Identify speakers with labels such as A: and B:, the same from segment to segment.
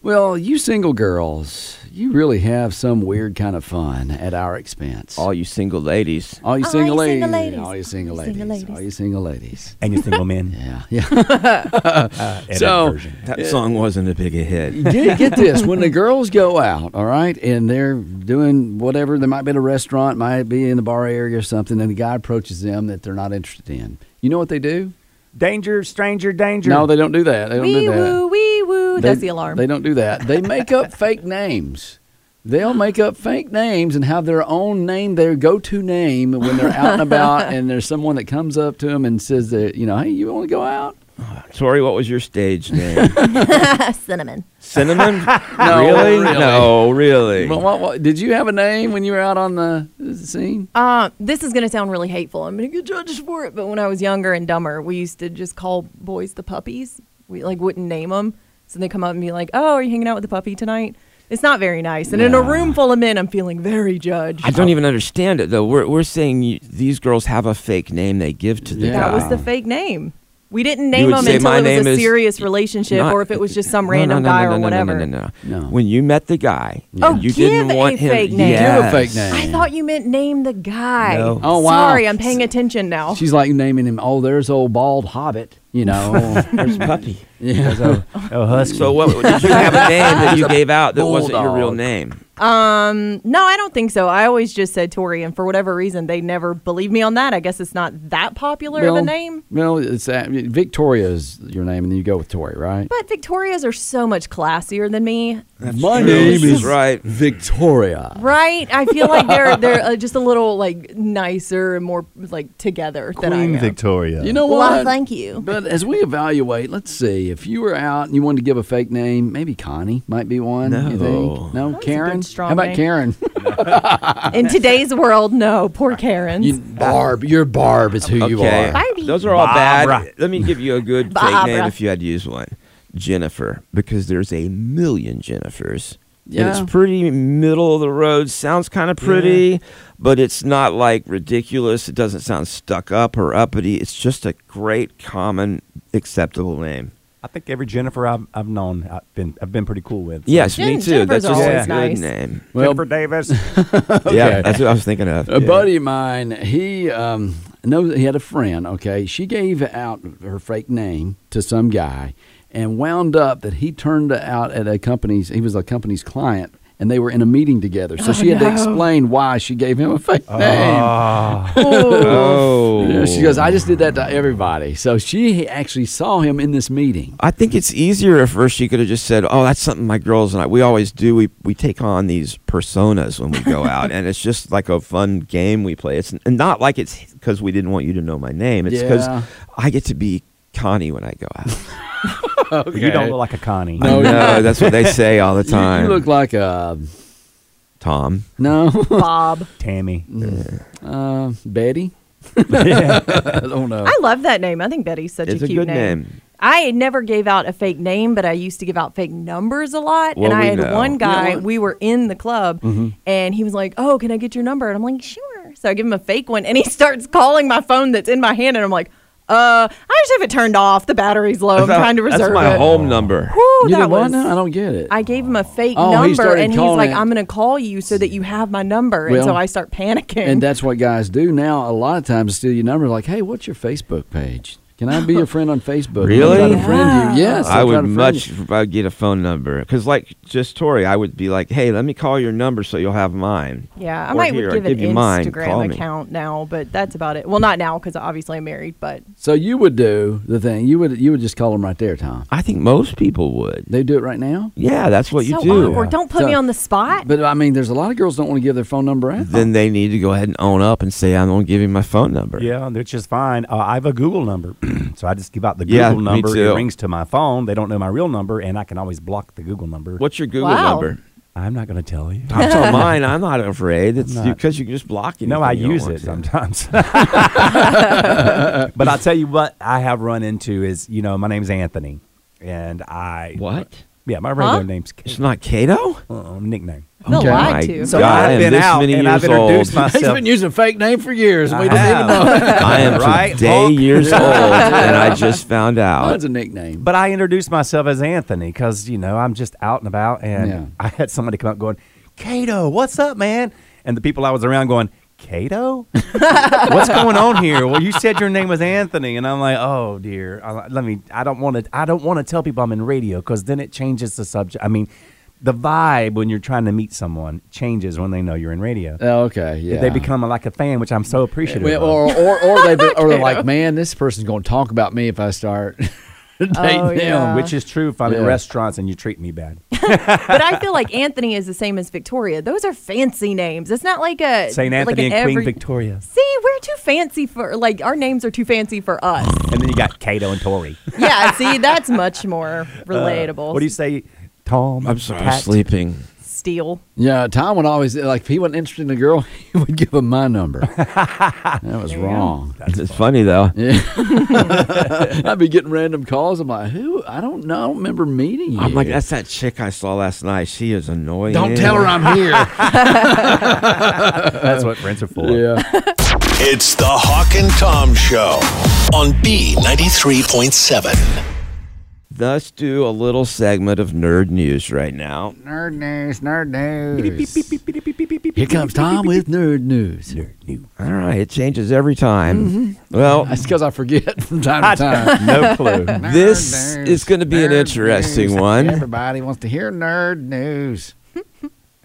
A: Well, you single girls, you really have some weird kind of fun at our expense.
B: All you single ladies.
A: All you
C: All
A: single
C: you
A: ladies.
C: single ladies.
A: All you single
C: All you single
A: ladies.
C: ladies.
A: All you single ladies.
D: and your single men.
A: Yeah, yeah.
D: edit
A: so,
D: version.
B: That song wasn't a big a hit.
A: get, get this: when the girls go out, all right, and they're doing whatever, they might be at a restaurant, might be in the bar area or something, and the guy approaches them that they're not interested in. You know what they do?
D: Danger, stranger, danger.
A: No, they don't do that. They don't
C: Wee
A: do that.
C: woo, wee woo.
A: They-
C: That's the alarm.
A: They don't do that. They make up fake names. They'll make up fake names and have their own name, their go-to name when they're out and about, and there's someone that comes up to them and says that you know, hey, you want to go out?
B: Tori, what was your stage name?
C: Cinnamon.
B: Cinnamon?
A: No,
B: really?
A: really.
B: No, really.
A: Well, what, what, did you have a name when you were out on the scene?
C: Uh, this is going to sound really hateful. I'm going to get judged for it. But when I was younger and dumber, we used to just call boys the puppies. We like wouldn't name them. So they come up and be like, "Oh, are you hanging out with the puppy tonight?" It's not very nice. And in a
A: Yeah.
C: room full of men, I'm feeling very judged.
B: I don't even understand it though. We're we're saying you, these girls have a fake name they give to the
A: Yeah.
B: guy.
C: That was the fake name. We didn't name
B: would
C: them
B: say,
C: until
B: "My
C: it was
B: name
C: a
B: is
C: serious relationship,
B: Not-
C: or if it was just some
B: No, no,
C: random
B: no,
C: guy
B: no,
C: or
B: no,
C: whatever.
B: No, no, no,
A: No.
B: When you met the guy,
C: Oh,
B: you
C: give
B: didn't want
C: a
B: him.
C: fake name. Give
A: a fake
B: Yes.
A: name.
C: I thought you meant name the guy.
B: No.
A: Oh, wow.
C: Sorry, I'm paying attention now.
A: She's like naming him. Oh, there's old bald hobbit. You know, there's puppy. Yeah.
D: So, oh, husky.
B: So what did you have a name that you gave out that wasn't your real
A: bulldog.
B: name?
C: Um, no, I don't think so. I always just said Tori, and for whatever reason, they never believed me on that. I guess it's not that popular of a name.
A: Well, it's uh, Victoria's your name, and then you go with Tori, right?
C: But Victorias are so much classier than me,
A: My
B: true.
A: name
B: She's
A: is
B: right.
A: Victoria.
C: right? I feel like they're they're uh, just a little like nicer and more like together than I am.
D: Victoria.
A: You know
C: Well,
A: what?
C: thank you.
A: But as we evaluate, let's see. If you were out and you wanted to give a fake name, maybe Connie might be one. You
B: No.
A: think? No,
C: That's a
A: Karen.
C: good, strong
A: How about
C: name.
A: Karen?
C: In today's world, no, poor Karens.
A: you, Barb. Your Barb is who you
B: okay.
A: are.
C: Barbie.
B: Those are all
D: Barbara.
B: bad. Let me give you a good fake
C: Barbara.
B: name if you had to use one. Jennifer, because there's a million Jennifers. And
A: Yeah.
B: it's pretty middle of the road. Sounds kind of pretty, but it's not like ridiculous. It doesn't sound stuck up or uppity. It's just a great, common, acceptable name.
D: I think every Jennifer I've, I've known, I've been, I've been pretty cool with.
B: Yes,
C: Jen-
B: me too.
C: Jennifer's
B: that's just
D: always
B: a good
C: nice.
B: name.
A: Well,
D: Jennifer Davis.
B: Yeah, that's what I was thinking of.
A: A
B: yeah.
A: buddy of mine, he um, knows he had a friend. Okay, she gave out her fake name to some guy, and wound up that he turned out at a company's. He was a company's client, and they were in a meeting together.
C: Oh,
A: So she had to explain why she gave him a fake name.
B: Oh.
A: Yeah, she goes, "I just did that to everybody." So she actually saw him in this meeting.
B: I think it's easier if first she could have just said, "Oh, that's something my girls and I we always do. We we take on these personas when we go out, and it's just like a fun game we play. It's and not like it's because we didn't want you to know my name. It's because
A: Yeah.
B: I get to be Connie when I go out.
D: You don't look like a Connie.
B: I know that's what they say all the
A: You,
B: time.
A: you look like a
B: Tom.
A: no,
C: Bob.
D: Tammy.
A: uh, Betty.
D: yeah.
A: I don't know.
C: I love that name. I think Betty's such
B: It's
C: a
B: a
C: cute
B: good name.
C: I never gave out a fake name, but I used to give out fake numbers a lot.
B: Well,
C: and I
B: we
C: had
B: know. Mm-hmm.
C: one guy,
A: Yeah.
C: we were in the club, and he was like, Oh, can I get your number? And I'm like, Sure. So I give him a fake one, and he starts calling my phone that's in my hand, and I'm like, Uh, I just have it turned off. The battery's low. I'm trying to reserve
B: That's my
C: it.
B: home number.
C: Whew,
A: you
C: that
A: did what
C: was,
A: now? I don't get it.
C: I gave him a fake
A: Oh, he
C: number,
A: started
C: and he's
A: calling
C: like,
A: it.
C: I'm going to call you so that you have my number.
A: Well,
C: and so I start panicking.
A: And that's what guys do now. A lot of times, steal your number. Like, hey, what's your Facebook page? Can I be your friend on Facebook?
B: Really?
A: I'll try to friend you. Yes.
B: I
A: I'll try to
B: would
A: friend
B: much
A: you.
B: I'd get a phone number because, like, just Tori, I would be like, "Hey, let me call your number so you'll have mine."
C: Yeah, I
B: Or
C: might
B: here,
C: give
B: I'll
C: an
B: give you mine, call
C: Instagram
B: me.
C: account now, but that's about it. Well, not now because obviously I'm married, but
A: So you would do the thing. You would you would just call them right there, Tom.
B: I think most people would.
A: They do it right now.
B: Yeah, that's what
C: so
B: you do.
C: awkward. Don't put
A: So-
C: me on the spot.
A: But I mean, there's a lot of girls don't want to give their phone number out.
B: Then they need to go ahead and own up and say, "I'm going to give you my phone number."
D: Yeah, that's just fine. Uh, I have a Google number, so I just give out the Google
B: Yeah, me
D: number.
B: too.
D: It rings to my phone. They don't know my real number, and I can always block the Google number.
B: What's your Google
C: Wow.
B: number?
D: I'm not going to tell you.
B: I told mine. I'm not afraid. It's
D: Not-
B: because you can just block it.
D: No, I use it sometimes. but I'll tell you what I have run into is, you know, my name's Anthony, and I
B: What?
D: Yeah, my regular
C: Huh?
D: name's Kate.
B: It's not Cato.
D: Uh, nickname.
C: They'll
A: Okay.
C: lie
B: My
C: to.
B: God,
D: So
B: I am
D: I've been
B: this
D: out
B: many
D: and I've
B: years
D: introduced
B: old.
A: He's
D: myself.
A: been using a fake name for years. and
D: I
A: We didn't even
D: have.
A: know.
B: I am
D: Right,
B: today
D: Hulk?
B: years old, and I just found
A: Oh,
B: out.
A: that's a nickname.
D: But I introduced myself as Anthony because, you know, I'm just out and about. And
A: Yeah.
D: I had somebody come up going, Cato, what's up, man? And the people I was around going, Cato? what's going on here? Well, you said your name was Anthony. And I'm like, oh, dear. I- Let me, I don't want to, I don't want to tell people I'm in radio because then it changes the subject. I mean, the vibe when you're trying to meet someone changes when they know you're in radio.
A: Oh, okay. Yeah.
D: They become like a fan, which I'm so appreciative
A: Well,
D: of.
A: or or or they be, or they're like, man, this person's going to talk about me if I start dating
C: Oh,
A: them.
C: yeah.
D: which is true if I'm
A: Yeah.
D: in restaurants and you treat me bad.
C: but I feel like Anthony is the same as Victoria. Those are fancy names. It's not like a
D: St.
C: like
D: Anthony
C: an
D: and Queen
C: every-
D: Victoria.
C: See, we're too fancy for like our names are too fancy for us.
D: And then you got Cato and Tori.
C: yeah, see, that's much more relatable.
D: What do you say, Tom?
B: I'm sorry, I'm
D: Pat?
B: sleeping.
C: Steal.
A: Yeah, Tom would always like if he wasn't interested in a girl, he would give him my number. that was wrong.
B: it's funny though.
A: I'd be getting random calls. I'm like, who? I don't know. I don't remember meeting you.
B: I'm like, that's that chick I saw last night. She is annoying.
A: don't tell her I'm here.
D: That's what friends are for.
A: yeah.
E: It's the Hawk and Tom Show on B93.7.
B: Let's do a little segment of nerd news right now.
A: Nerd news. Nerd news. Here comes Tom with nerd news.
B: All right, it changes every time.
A: Mm-hmm.
B: Well,
A: That's because I forget from time to time.
D: No clue.
B: this
A: Nerd
B: is going to be an
A: Nerd
B: interesting
A: news.
B: one.
A: Everybody wants to hear nerd news.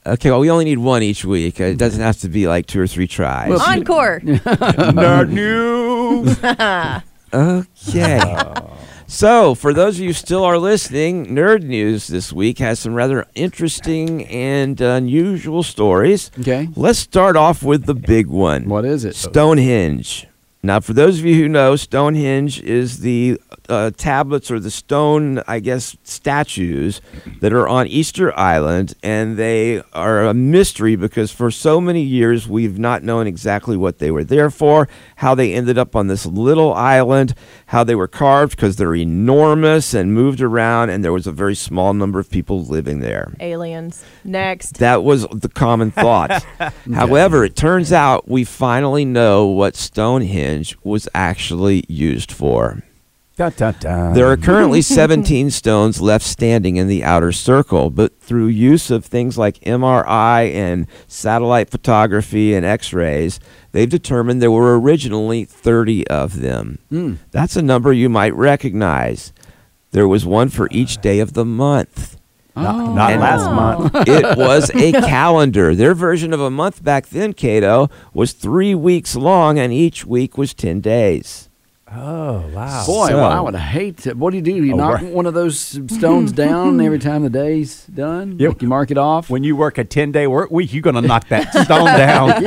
B: Okay, well, we only need one each week. It doesn't have to be like two or three tries.
A: Well,
C: Encore.
D: Nerd news.
B: Okay.
A: Oh.
B: so, for those of you who still are listening, Nerd News this week has some rather interesting and unusual stories.
A: Okay.
B: Let's start off with the big one.
A: What is it?
B: Stonehenge. Now, for those of you who know, Stonehenge is the uh, tablets or the stone, I guess, statues that are on Easter Island, and they are a mystery because for so many years we've not known exactly what they were there for, how they ended up on this little island, how they were carved because they're enormous and moved around, and there was a very small number of people living there.
C: Aliens. Next.
B: That was the common thought. However, it turns out we finally know what Stonehenge was actually used for.
D: Dun, dun, dun.
B: There are currently 17 stones left standing in the outer circle, but through use of things like MRI and satellite photography and x rays, they've determined there were originally 30 of them. That's a number you might recognize. There was one for each day of the month
D: not, not
B: And-
D: last month.
B: it was a calendar. Their version of a month back then, Cato, was three weeks long, and each week was 10 days.
D: Oh, wow.
A: Boy,
B: So-
A: well, I would hate to. What do you do? You
D: Oh,
A: knock
D: right.
A: one of those stones down every time the day's done?
D: Yep.
A: Like you mark it off?
D: When you work a 10 day work week, you're going to knock that stone down.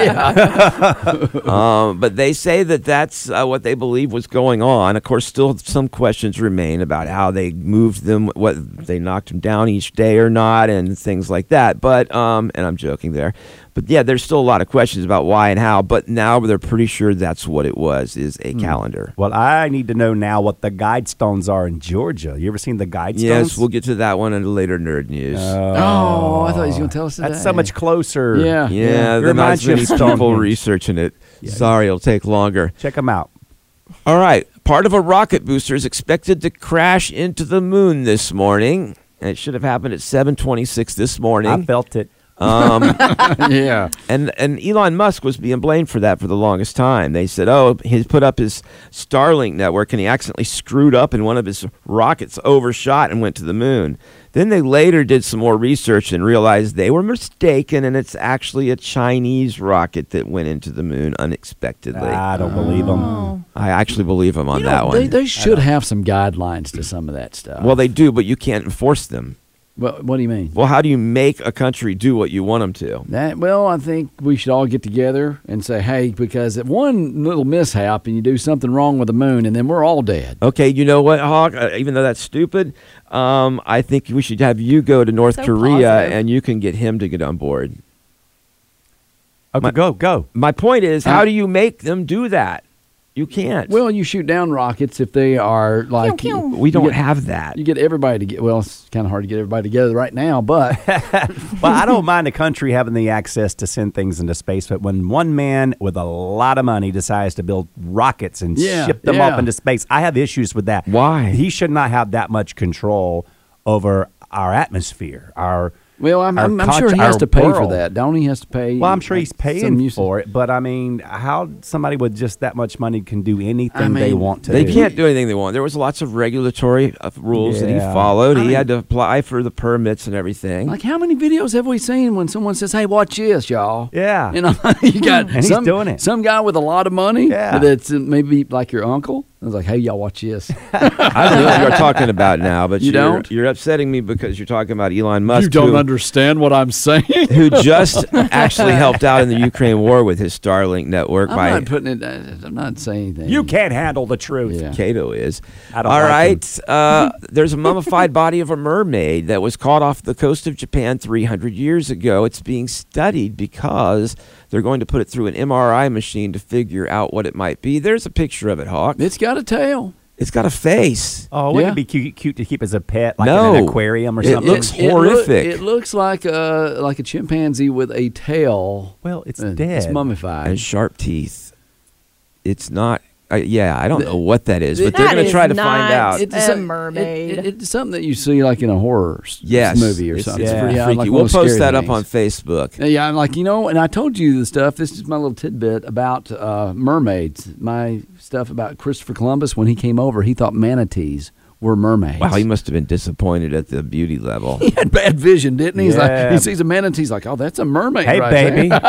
B: Um, but they say that that's uh, what they believe was going on. Of course, still some questions remain about how they moved them, what they knocked them down each day or not, and things like that. But um, and I'm joking there. But yeah, there's still a lot of questions about why and how. But now they're pretty sure that's what it was is a calendar.
D: Well, I need to know now what the guide stones are in Georgia. You ever seen the guide stones?
B: Yes, we'll get to that one in a later nerd news.
A: oh, I thought he was going to tell us today.
D: That's so much closer.
A: Yeah.
B: Yeah,
D: It
B: the
D: reminds
B: nice
D: you of
B: many people
D: Stonehenge.
B: researching it. Sorry, it'll take longer.
D: Check them out.
B: All right, part of a rocket booster is expected to crash into the moon this morning. And it should have happened at 7:26 this morning.
D: I felt it.
B: Um,
A: yeah.
B: and and Elon Musk was being blamed for that for the longest time. They said, "Oh, he put up his Starlink network and he accidentally screwed up and one of his rockets overshot and went to the moon." Then they later did some more research and realized they were mistaken and it's actually a Chinese rocket that went into the moon unexpectedly.
D: Ah, I don't believe
A: Oh.
D: them.
B: I actually believe him on
A: You know,
B: that one.
A: They, they should have some guidelines to some of that stuff.
B: well, they do, but you can't enforce them.
A: Well, what do you mean?
B: Well, how do you make a country do what you want them to?
A: That well, I think we should all get together and say, "Hey, because if one little mishap and you do something wrong with the moon, and then we're all dead."
B: Okay, you know what, Hawk? Uh, even though that's stupid, um, I think we should have you go to North
C: So
B: Korea
C: positive.
B: and you can get him to get on board.
D: Okay, go, go.
B: My point is,
A: Uh,
B: how do you make them do that? You can't.
A: Well, you shoot down rockets if they are like
C: pew.
B: we
A: you
B: don't
A: get-
B: have that.
A: You get everybody to get. Well, it's kind of hard to get everybody together right now, but
D: Well, I don't mind a country having the access to send things into space, but when one man with a lot of money decides to build rockets and
A: Yeah,
D: ship them
A: yeah.
D: up into space, I have issues with that.
B: Why?
D: He should not have that much control over our atmosphere. Our
A: well, I'm,
D: our
A: I'm, I'm
D: con-
A: sure he has
D: our
A: to pay for
D: world.
A: that. Don't he has to pay?
D: Well, I'm sure he's
A: like, some
D: paying
A: usage?
D: for it, but I mean, how somebody with just that much money can do anything they
A: mean,
D: want to?
B: they
D: do.
B: can't do anything they want. There was lots of regulatory uh, rules that he
D: Yeah.
B: followed. he had to apply for the permits and everything.
A: Like how many videos have we seen when someone says, "Hey, watch this, y'all"?
D: Yeah.
A: you know, you got
D: And he's
A: some,
D: doing it.
A: Some guy with a lot of money.
D: Yeah.
A: that's uh, maybe like your uncle. I was like, "Hey, y'all, watch this."
B: I don't know what you're talking about now, but
A: You
B: are
A: don't?
B: You're upsetting me because you're talking about Elon Musk. who-
A: understand what I'm saying.
B: who just actually helped out in the Ukraine war with his Starlink network
A: I'm
B: by
A: not putting it. uh, I'm not saying anything.
D: You can't handle the truth.
A: Yeah.
B: Cato is.
D: I don't
B: All
D: like
B: right. uh, there's a mummified body of a mermaid that was caught off the coast of Japan 300 years ago. It's being studied because they're going to put it through an MRI machine to figure out what it might be. There's a picture of it, Hawk.
A: It's got a tail.
B: it's got a face.
D: Oh, wouldn't
A: Yeah.
D: it be cute, cute to keep as a pet, like in
B: No.
D: an aquarium or
B: It
D: something?
B: looks-
A: loo-
B: horrific.
A: It, looks like a like a chimpanzee with a tail.
D: well, it's
A: Uh,
D: dead.
A: It's mummified.
B: And sharp teeth. It's not. Uh, yeah, I don't know what that is, but
A: That
B: they're going to
C: is
B: try to
C: not-
B: find out.
C: It's a
A: some-
C: mermaid.
A: it- it- it's something that you see like in a horror s-
B: yes,
A: movie or
B: it's,
A: something.
B: It's
D: Yeah.
B: pretty
A: Yeah,
B: freaky.
A: like one
B: we'll
A: of those
B: post
A: scary
B: that up on
A: things.
B: Facebook.
A: Yeah, I'm like, you know, and I told you the stuff. This is my little tidbit about uh, mermaids. My stuff about Christopher Columbus when he came over, he thought manatees were mermaids.
B: Wow, he must have been disappointed at the beauty level.
A: he had bad vision, didn't he? He's like,
D: Yeah.
A: he sees a manatee, he's like, oh, that's a mermaid.
D: Hey,
A: right there."
D: baby.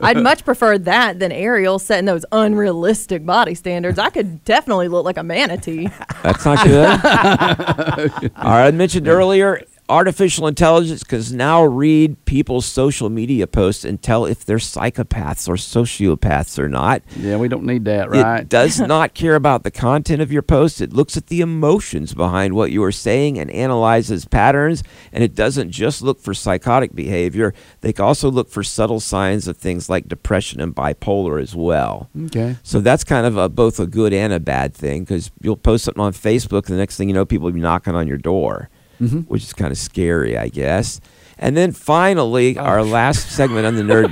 C: I'd much prefer that than Ariel setting those unrealistic body standards. I could definitely look like a manatee.
B: That's not good. All right, I mentioned earlier artificial intelligence can now read people's social media posts and tell if they're psychopaths or sociopaths or not.
A: Yeah, we don't need that, right?
B: It does not care about the content of your post. It looks at the emotions behind what you are saying and analyzes patterns. And it doesn't just look for psychotic behavior, they can also look for subtle signs of things like depression and bipolar as well.
A: Okay.
B: So that's kind of a, both a good and a bad thing because you'll post something on Facebook, and the next thing you know, people will be knocking on your door,
A: Mm-hmm.
B: which is kind of scary, I guess. And then finally,
A: Oh.
B: our last segment on the Nerd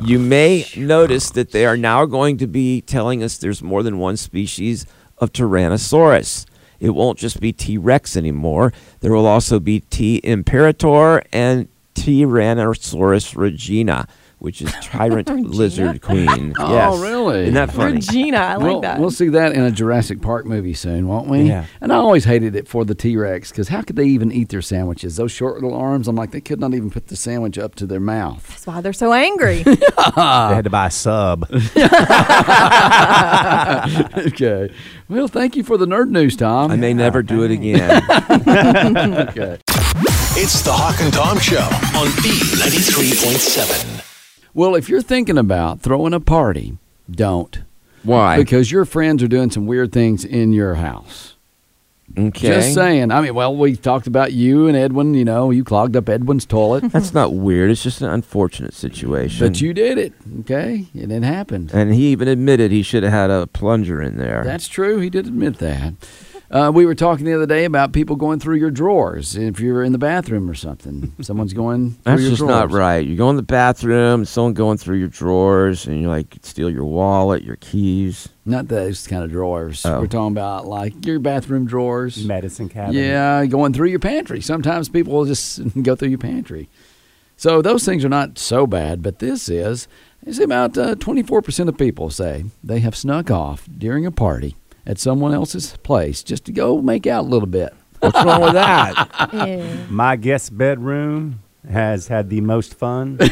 B: News. you may notice that they are now going to be telling us there's more than one species of Tyrannosaurus. It won't just be T Rex anymore. There will also be T Imperator and Tyrannosaurus Regina, which is Tyrant Lizard Queen.
A: Oh, really?
B: Isn't that funny?
C: Regina, I like
A: we'll,
C: that.
A: we'll see that in a Jurassic Park movie soon, won't we?
D: Yeah.
A: And I always hated it for the T Rex because how could they even eat their sandwiches? Those short little arms, I'm like, they could not even put the sandwich up to their mouth.
C: That's why they're so angry.
D: they had to buy a sub.
A: okay. Well, thank you for the nerd news, Tom.
B: I may never do it again.
A: okay.
E: It's the Hawk and Tom Show on B93.7.
A: Well, if you're thinking about throwing a party, don't.
B: Why?
A: Because your friends are doing some weird things in your house.
B: okay.
A: Just saying. I mean, well, we talked about you and Edwin. You know, you clogged up Edwin's toilet,
B: That's not weird. It's just an unfortunate situation.
A: but you did it. Okay, and it happened.
B: and he even admitted he should have had a plunger in there.
A: That's true. He did admit that. Uh, we were talking the other day about people going through your drawers. If you're in the bathroom or something, someone's going through
B: That's
A: your
B: just
A: drawers.
B: not right. You go in the bathroom, someone going through your drawers, and you like steal your wallet, your keys.
A: Not those kind of drawers.
B: Oh.
A: We're talking about like your bathroom drawers.
D: Medicine cabinet.
A: Yeah, going through your pantry. Sometimes people will just go through your pantry. So those things are not so bad, but this is. It's about uh, 24% of people say they have snuck off during a party at someone else's place just to go make out a little bit.
B: What's wrong with that?
C: Ew.
D: My guest bedroom has had the most fun. More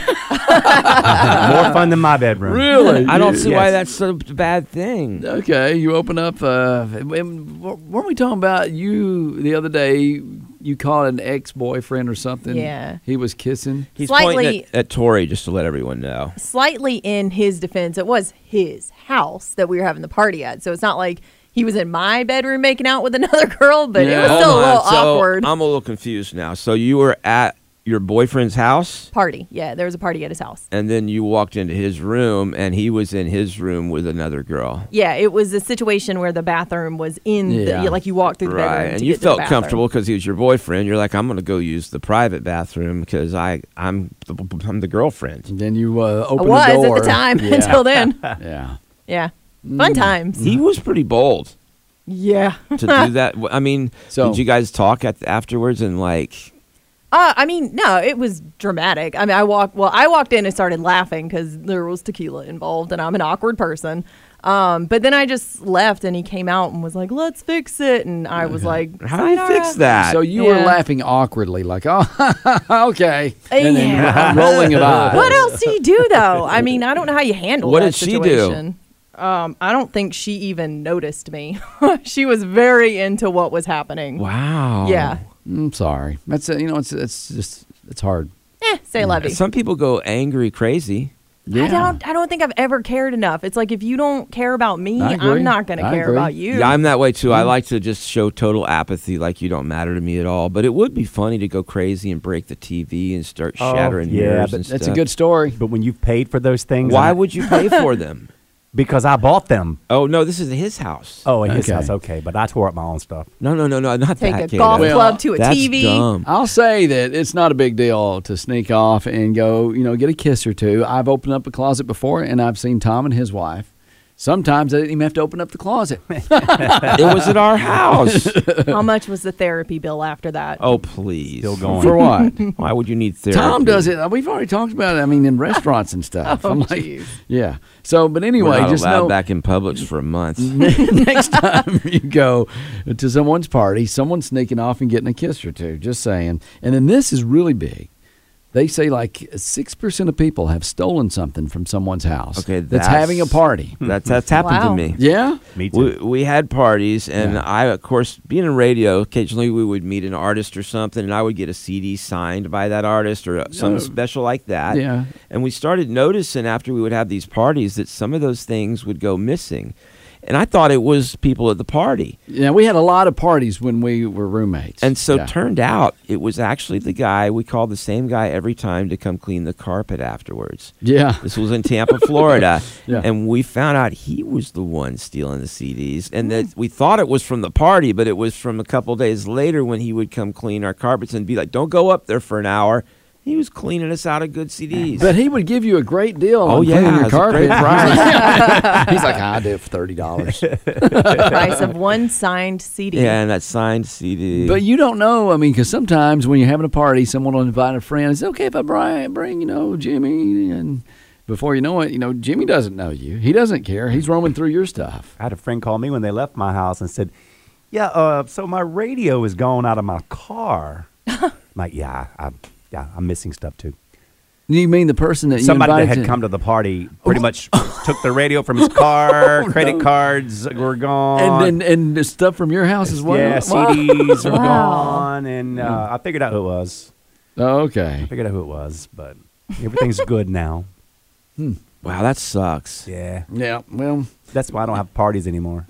D: fun than my bedroom.
A: Really?
B: I don't see why
D: Yes.
B: that's such a bad thing.
A: Okay, you open up. Uh, and weren't we talking about you the other day? You called an ex boyfriend or something.
C: Yeah.
A: He was kissing.
B: He's pointing
C: Slightly-
B: at, at Tori just to let everyone know.
C: Slightly in his defense, it was his house that we were having the party at, so it's not like he was in my bedroom making out with another girl, but it
A: Yeah.
C: was
A: Oh
C: still a
B: Hold
C: little
B: on, Uh, so um,
C: awkward.
B: I'm a little confused now. So you were at your boyfriend's house,
C: party, yeah, there was a party at his house.
B: and then you walked into his room, and he was in his room with another girl.
C: Yeah, it was a situation where the bathroom was in
A: Yeah.
C: the yeah, like you walked through the bedroom
B: Right,
C: to
B: and
C: get
B: you
C: to the
B: felt
C: bathroom.
B: comfortable because he was your boyfriend. You're like, I'm gonna go use the private bathroom because I I'm the, I'm the
C: Mm-hmm.
B: girlfriend.
A: And then you uh,
C: I
A: open
C: was
A: the door.
C: at the time
A: Yeah.
C: until then.
A: yeah.
C: Yeah, fun
B: Mm.
C: times.
B: He was pretty bold
C: yeah.
B: to do that. W- I mean,
A: So-
B: did you guys talk at, afterwards and like?
C: Uh, I mean, no, it was dramatic. I mean, I walked. Well, I walked in and started laughing because there was tequila involved, and I'm an awkward person. Um, but then I just left, and he came out and was like, "Let's fix it," and I was like,
B: How do you fix
C: "Sayonara."
B: that?
A: So you were
C: Yeah.
A: laughing awkwardly, like, oh, okay.
C: Uh,
A: And then
C: yeah.
A: rolling of eyes.
C: What else do you do though? I mean, I don't know how you handle
B: What did
C: that
B: she do?
C: situation. Um, I don't think she even noticed me. she was very into what was happening.
B: wow.
C: Yeah.
A: I'm sorry. That's, uh, you know, it's, it's just, it's hard.
C: Eh, say lovey.
B: Some people go angry crazy.
C: I don't. I don't think I've ever cared enough. It's like if you don't care about me,
A: I agree.
C: I'm not going to
A: I
C: care
A: agree.
C: about you.
B: Yeah, I'm that way too. I like to just show total apathy, like you don't matter to me at all. But it would be funny to go crazy and break the TV and start
D: Oh,
B: shattering
D: yeah,
B: mirrors
D: but
B: and
A: That's a
B: stuff.
A: good story.
D: But when you've paid for those things,
B: Why
D: I-
B: would you pay for them?
D: Because I bought them.
B: Oh no, this is his house.
D: Oh, and his
A: Okay.
D: house, okay. But I tore up my own stuff.
B: no, no, no, no, not
C: Take
B: that.
C: a
B: Kato.
C: golf
A: Well,
C: club to a
B: That's
C: TV.
B: dumb.
A: I'll say that it's not a big deal to sneak off and go, you know, get a kiss or two. I've opened up a closet before and I've seen Tom and his wife. Sometimes I didn't even have to open up the closet.
B: it was at our house.
C: How much was the therapy bill after that?
B: Oh please.
D: Still going.
A: For what?
B: Why would you need therapy?
A: Tom does it. We've already talked about it. I mean, in restaurants and stuff. I'm like,
C: Oh, jeez.
A: yeah. So, but
B: Oh, We're
A: anyway,
B: not
A: just
B: allowed
A: know
B: back in Publix for a month.
A: next time you go to someone's party, someone's sneaking off and getting a kiss or two. Just saying. And then this is really big. They say like six percent of people have stolen something from someone's house.
B: Okay,
A: that's, having a party.
B: That's that's happened
C: Wow.
B: to me.
A: Yeah.
D: Me too.
B: We, we had parties, and
A: Yeah.
B: I, of course, being in radio, occasionally we would meet an artist or something, and I would get a CD signed by that artist or uh, something special like that.
A: Yeah.
B: And we started noticing after we would have these parties that some of those things would go missing. And I thought it was people at the party.
A: Yeah. We had a lot of parties when we were roommates.
B: And so
A: Yeah.
B: turned out it was actually the guy, we called the same guy every time to come clean the carpet afterwards.
A: Yeah.
B: This was in Tampa, Florida.
A: Yeah.
B: And we found out he was the one stealing the CDs. And
A: Mm.
B: that we thought it was from the party, but it was from a couple days later when he would come clean our carpets and be like, don't go up there for an hour. He was cleaning us out of good CDs.
A: But he would give you a great deal
B: Oh,
A: on cleaning
B: yeah,
A: your
B: it's a great
A: carpet.
B: price.
A: He's like, I do it for thirty dollars.
C: price of one signed CD.
B: yeah, and that signed CD.
A: But you don't know. I mean, because sometimes when you're having a party, someone will invite a friend. It's okay if I bring, bring, you know, Jimmy. And before you know it, you know, Jimmy doesn't know you. He doesn't care. He's roaming through your stuff.
D: I had a friend call me when they left my house and said, "Yeah, uh, so my radio is gone out of my car." I'm like, yeah, I, yeah, I'm missing stuff too.
A: You mean the person that
D: Somebody
A: you invited
D: that
A: Oh.
D: had
A: to-
D: come to the party pretty much took the radio from his car, credit cards were gone,
A: and and, and the stuff from your house as well.
D: yeah,
A: Wow. Mm.
D: CDs were
C: Wow.
D: gone, and uh, I figured out who it was.
A: Oh, okay.
D: Figured out who it was, but everything's good now.
B: wow, that sucks.
D: Yeah,
A: Yeah. Well,
D: that's why I don't have parties anymore.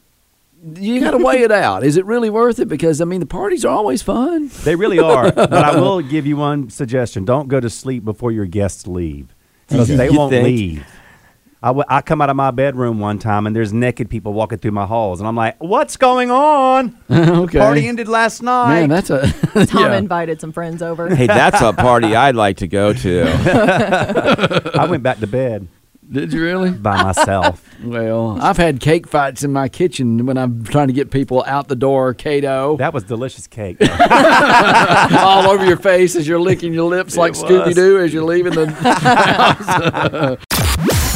A: you got to weigh it out. Is it really worth it? Because I mean, the parties are always fun.
D: They really are. but I will give you one suggestion: don't go to sleep before your guests leave. 'Cause
B: You
D: they won't
B: think?
D: leave. I, w- I come out of my bedroom one time and there's naked people walking through my halls, and I'm like, "What's going on?
A: okay.
D: Party ended last night."
A: Man, that's a
C: Tom
A: yeah.
C: invited some friends over.
B: Hey, that's a party I'd like to go to.
D: I went back to bed
A: Did you really?
D: by myself.
A: Well, I've had cake fights in my kitchen when I'm trying to get people out the door, Kato,
D: that was delicious cake.
A: all over your face as you're licking your lips like
D: was.
A: Scooby Doo as you're leaving the.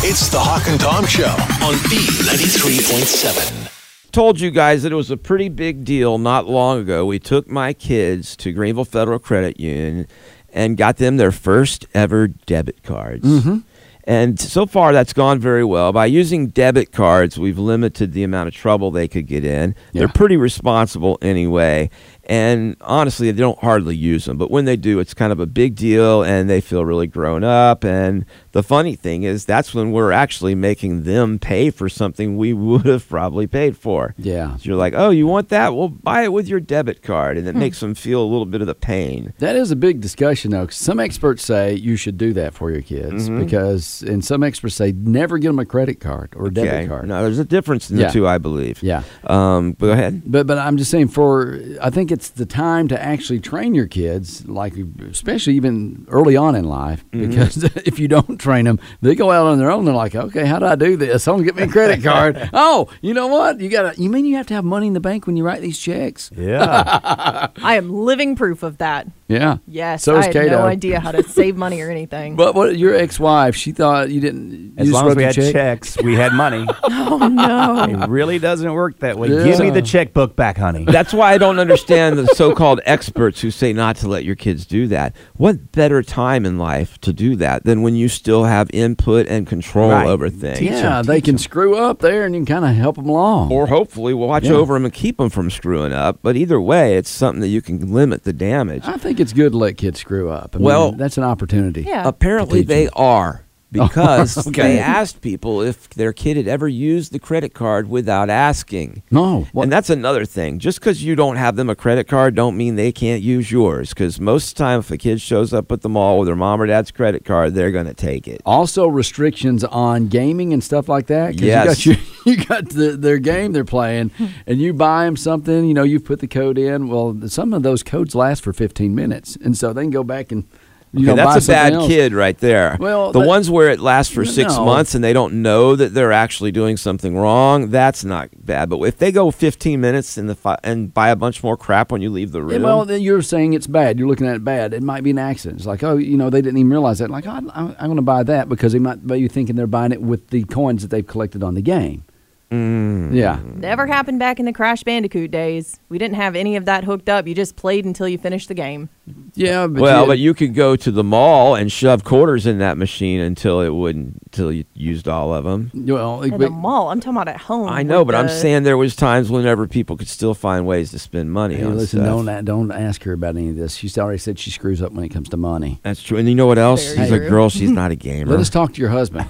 E: It's the Hawk and Tom Show on B93.7.
B: Told you guys that it was a pretty big deal not long ago. We took my kids to Greenville Federal Credit Union and got them their first ever debit cards.
A: Mm-hmm.
B: And so far, that's gone very well. By using debit cards, we've limited the amount of trouble they could get in.
A: Yeah.
B: They're pretty responsible anyway. And honestly, they don't hardly use them. But when they do, it's kind of a big deal and they feel really grown up. And the funny thing is, that's when we're actually making them pay for something we would have probably paid for.
A: Yeah.
B: So you're like, oh, you want that? Well, buy it with your debit card. And it
A: Hmm.
B: makes them feel a little bit of the pain.
A: That is a big discussion, though. 'cause some experts say you should do that for your kids because, and some experts say never get them a credit card or a debit
B: Okay.
A: card.
B: No, there's a difference in
A: Yeah.
B: the two, I believe.
A: Yeah.
B: Um, but go ahead.
A: But but I'm just saying for I think it's the time to actually train your kids, like especially even early on in life,
D: Mm-hmm.
A: because if you don't train them, they go out on their own. They're like, okay, how do I do this? Someone get me a credit card. oh, you know what? You gotta. You mean you have to have money in the bank when you write these checks?
D: yeah,
C: I am living proof of that.
A: Yeah.
C: Yes,
A: So
C: I
A: is
C: had
A: Kato.
C: no idea how to save money or anything.
A: But what your ex-wife? She thought you didn't. you
D: as
A: just
D: long as
A: wrote
D: we
A: the
D: had
A: check?
D: checks, we had money.
C: oh no,
D: it really doesn't work that way.
A: Yeah.
D: Give me the checkbook back, honey.
B: That's why I don't understand the so-called experts who say not to let your kids do that. What better time in life to do that than when you still have input and control
D: Right.
B: over things?
D: Teach 'em,
A: Yeah, they can screw up there, and you can kind of help them along.
B: Or hopefully watch
A: Yeah.
B: over them and keep them from screwing up. But either way, it's something that you can limit the damage.
A: I think it's good to let kids screw up. I mean,
B: Well-
A: that's an opportunity.
C: Yeah.
B: Apparently,
A: Teach 'em. Oh,
B: they are because
A: Okay.
B: they asked people if their kid had ever used the credit card without asking.
A: No. What-
B: And that's another thing. Just because you don't have them a credit card, don't mean they can't use yours. Because most of the time, if a kid shows up at the mall with their mom or dad's credit card, they're going to take it.
A: also restrictions on gaming and stuff like that. 'cause
B: Yes.
A: you got, your, you got the, their game they're playing, and you buy them something. You know, you put the code in. Well, some of those codes last for fifteen minutes, and so they can go back and you know
B: Okay,
A: buy
B: that's a
A: something
B: bad
A: else.
B: kid right there.
A: Well,
B: the
A: that-
B: ones where it lasts for six
A: No.
B: months and they don't know that they're actually doing something wrong, that's not bad. But if they go 15 minutes in the fi- and buy a bunch more crap when you leave the
A: Yeah,
B: room,
A: well, then you're saying it's bad. You're looking at it bad. It might be an accident. It's like, oh, you know, they didn't even realize that. Like, oh, I'm, I'm going to buy that because they might be thinking they're buying it with the coins that they've collected on the game.
B: Mm.
A: Yeah.
C: never happened back in the Crash Bandicoot days. We didn't have any of that hooked up. You just played until you finished the game.
A: Yeah. But
B: well,
A: you-
B: but you could go to the mall and shove quarters in that machine until it wouldn't, until you used all of them.
A: well,
C: At
A: but-
C: the mall, I'm talking about at home.
B: I know,
C: with
B: but I'm
C: Oh, the-
B: saying there was times whenever people could still find ways to spend money
A: Hey,
B: on
A: listen,
B: stuff.
A: don't a- don't ask her about any of this. She's already said she screws up when it comes to money.
B: That's true. And you know what else?
C: Very
B: She's a
C: true.
B: girl. She's not a gamer.
A: Let us talk to your husband.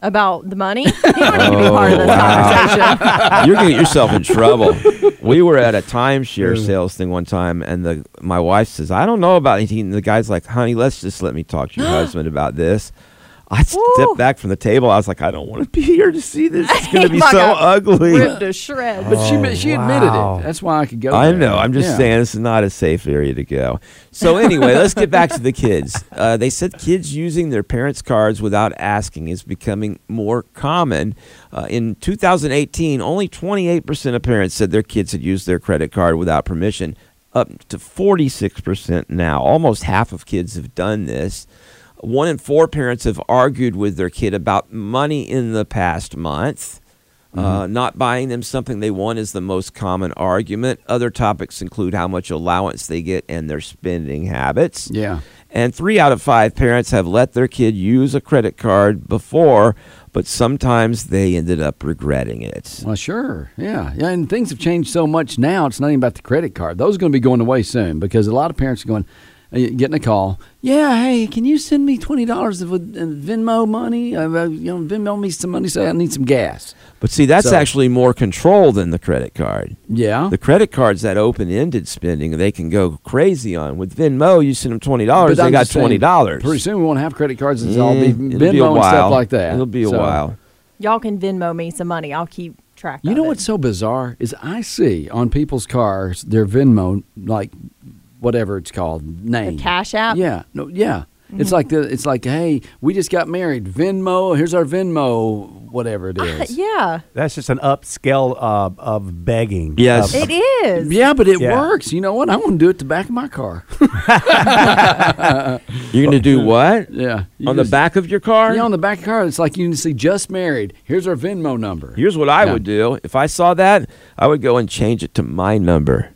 C: about the money. You don't need to be
B: Oh,
C: part of this
B: wow.
C: conversation.
B: You're gonna get yourself in trouble. We were at a timeshare sales thing one time, and the my wife says, "I don't know about anything." And the guy's like, "Honey, let's just let me talk to your husband about this." I stepped back from the table. I was like, "I don't want to be here to see this. It's gonna be
C: My
B: so
C: God.
B: ugly."
C: Ripped to shreds.
A: But she she admitted
D: wow.
A: it. That's why I could go.
B: Oh, I
A: there.
B: know. I'm just
A: Yeah.
B: saying this is not a safe area to go. So anyway, let's get back to the kids. Uh, they said kids using their parents' cards without asking is becoming more common. Uh, in 2018, only 28% of parents said their kids had used their credit card without permission. Up to 46% now. Almost half of kids have done this. One in four parents have argued with their kid about money in the past month. Uh,
A: Mm-hmm.
B: not buying them something they want is the most common argument. Other topics include how much allowance they get and their spending habits.
A: Yeah.
B: And three out of five parents have let their kid use a credit card before, but sometimes they ended up regretting it.
A: Well, sure. Yeah. Yeah. And things have changed so much now. It's not even about the credit card. Those are going to be going away soon because a lot of parents are going, uh, getting a call. Yeah. Hey, can you send me $20 of uh, Venmo money? Uh, uh, you know, Venmo me some money so I need some gas.
B: But see, that's
A: So-
B: actually more control than the credit card.
A: Yeah.
B: The credit card's that open ended spending they can go crazy on. With Venmo, you send them $20,
A: But
B: they
A: I'm
B: got
A: just saying,
B: $20.
A: Pretty soon we won't have credit cards. It's all be
B: Mm, it'll be a
A: Venmo and stuff
B: while.
A: like that.
B: It'll be a
A: So,
B: while.
C: Y'all can Venmo me some money. I'll keep track.
A: You
C: of
A: know
C: it.
A: what's so bizarre is I see on people's cars their Venmo like whatever it's called name
C: Cash App?
A: Yeah, no, yeah. It's like the, it's like hey, we just got married. Venmo, here's our Venmo, whatever
C: Ah,
A: it is.
C: Yeah,
D: That's just an upscale uh, of begging.
B: Yes.
D: Of-
C: it is.
A: Yeah, but it
D: Yeah.
A: works. You know what? I want to do it the back of my car.
B: You're going to do what?
A: yeah, You
B: on the
A: just-
B: back of your car?
A: Yeah, on the back of the car, it's like you can see just married. Here's our Venmo number.
B: Here's what I
A: Yeah.
B: would do. If I saw that, I would go and change it to my number.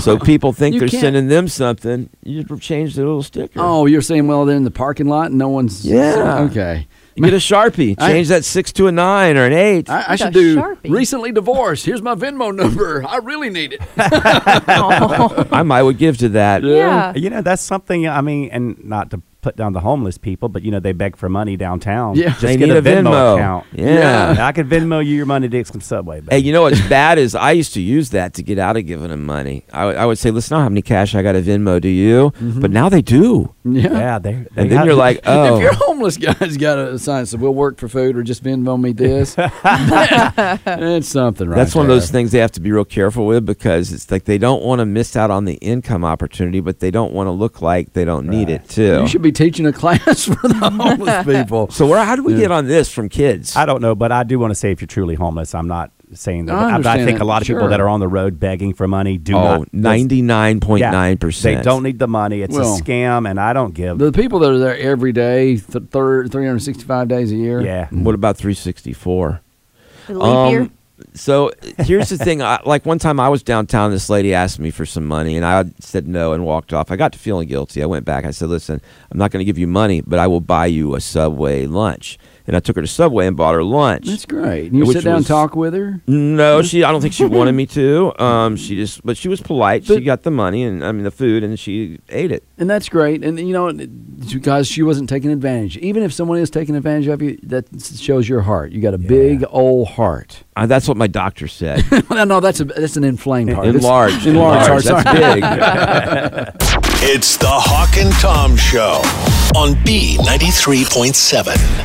B: so people think
A: You
B: they're
A: can't-
B: sending them something. You just change the little sticker.
A: Oh, you're saying well they're in the parking lot and no one's
B: Yeah.
A: okay.
B: You get a Sharpie.
A: I-
B: Change that six to a nine or an eight.
A: I, I
C: Like a
A: should do
C: Sharpie.
A: recently divorced. Here's my Venmo number. I really need it.
C: Aw.
B: I might would give to that.
C: yeah.
D: You know, that's something, I mean, and not to put down the homeless people, but, you know, they beg for money downtown.
A: Yeah.
D: Just
B: They
D: get
B: need
D: a
B: a
D: Venmo,
B: Venmo.
D: account.
B: Yeah.
D: I could Venmo you your money to Dixon Subway.
B: Hey,
D: But
B: you know what's bad is I used to use that to get out of giving them money. I would- I would say, listen, I don't have any cash. I got a Venmo. Do you? But now they do.
A: Mm-hmm. Yeah.
D: yeah, they're, they
B: And then
D: have-
B: you're like,
A: If your
B: oh,
A: homeless guy's got a sign that says, we'll work for food or just Venmo me this, it's something right
B: that's one of those
A: there.
B: things they have to be real careful with because it's like they don't want to miss out on the income opportunity, but they don't want to look like they don't need it too.
A: You should be teaching a class for the homeless people.
B: so where, how do we get on this from kids?
D: I don't know, but I do want to say if you're truly homeless, I'm not saying that.
A: I
D: but I, but I
A: understand
D: think
A: that,
D: a lot of people
A: sure.
D: that are on the road begging for money do
B: oh,
D: not. that's-
B: 99.9%.
D: They don't need the money. It's
A: Well,
D: a scam, and I don't give.
A: The people that are there every day, th- thir- 365 days a year.
D: yeah.
B: What about 364?
C: The leap
B: Um,
C: year.
B: So here's the thing. I, like one time I was downtown, this lady asked me for some money, and I said no and walked off. I got to feeling guilty. I went back. I said, "Listen, I'm not going to give you money, but I will buy you a Subway lunch." And I took her to Subway and bought her lunch.
A: That's great. You
B: Which
A: sit down and
B: was-
A: talk with her.
B: No, she. I don't think she wanted me to. Um, she just, but she was polite. She
A: But-
B: got the money and I mean the food, and she ate it.
A: And that's great. And, you know, because she wasn't taking advantage. Even if someone is taking advantage of you, that s- shows your heart. You got a big old heart.
B: Uh, that's what my doctor said.
A: no, no, that's, a, that's an inflamed heart. It's-
B: Enlarged,
A: Enlarged heart.
B: enlarged.
A: Sorry.
B: That's big.
E: It's the Hawk and Tom Show on B93.7.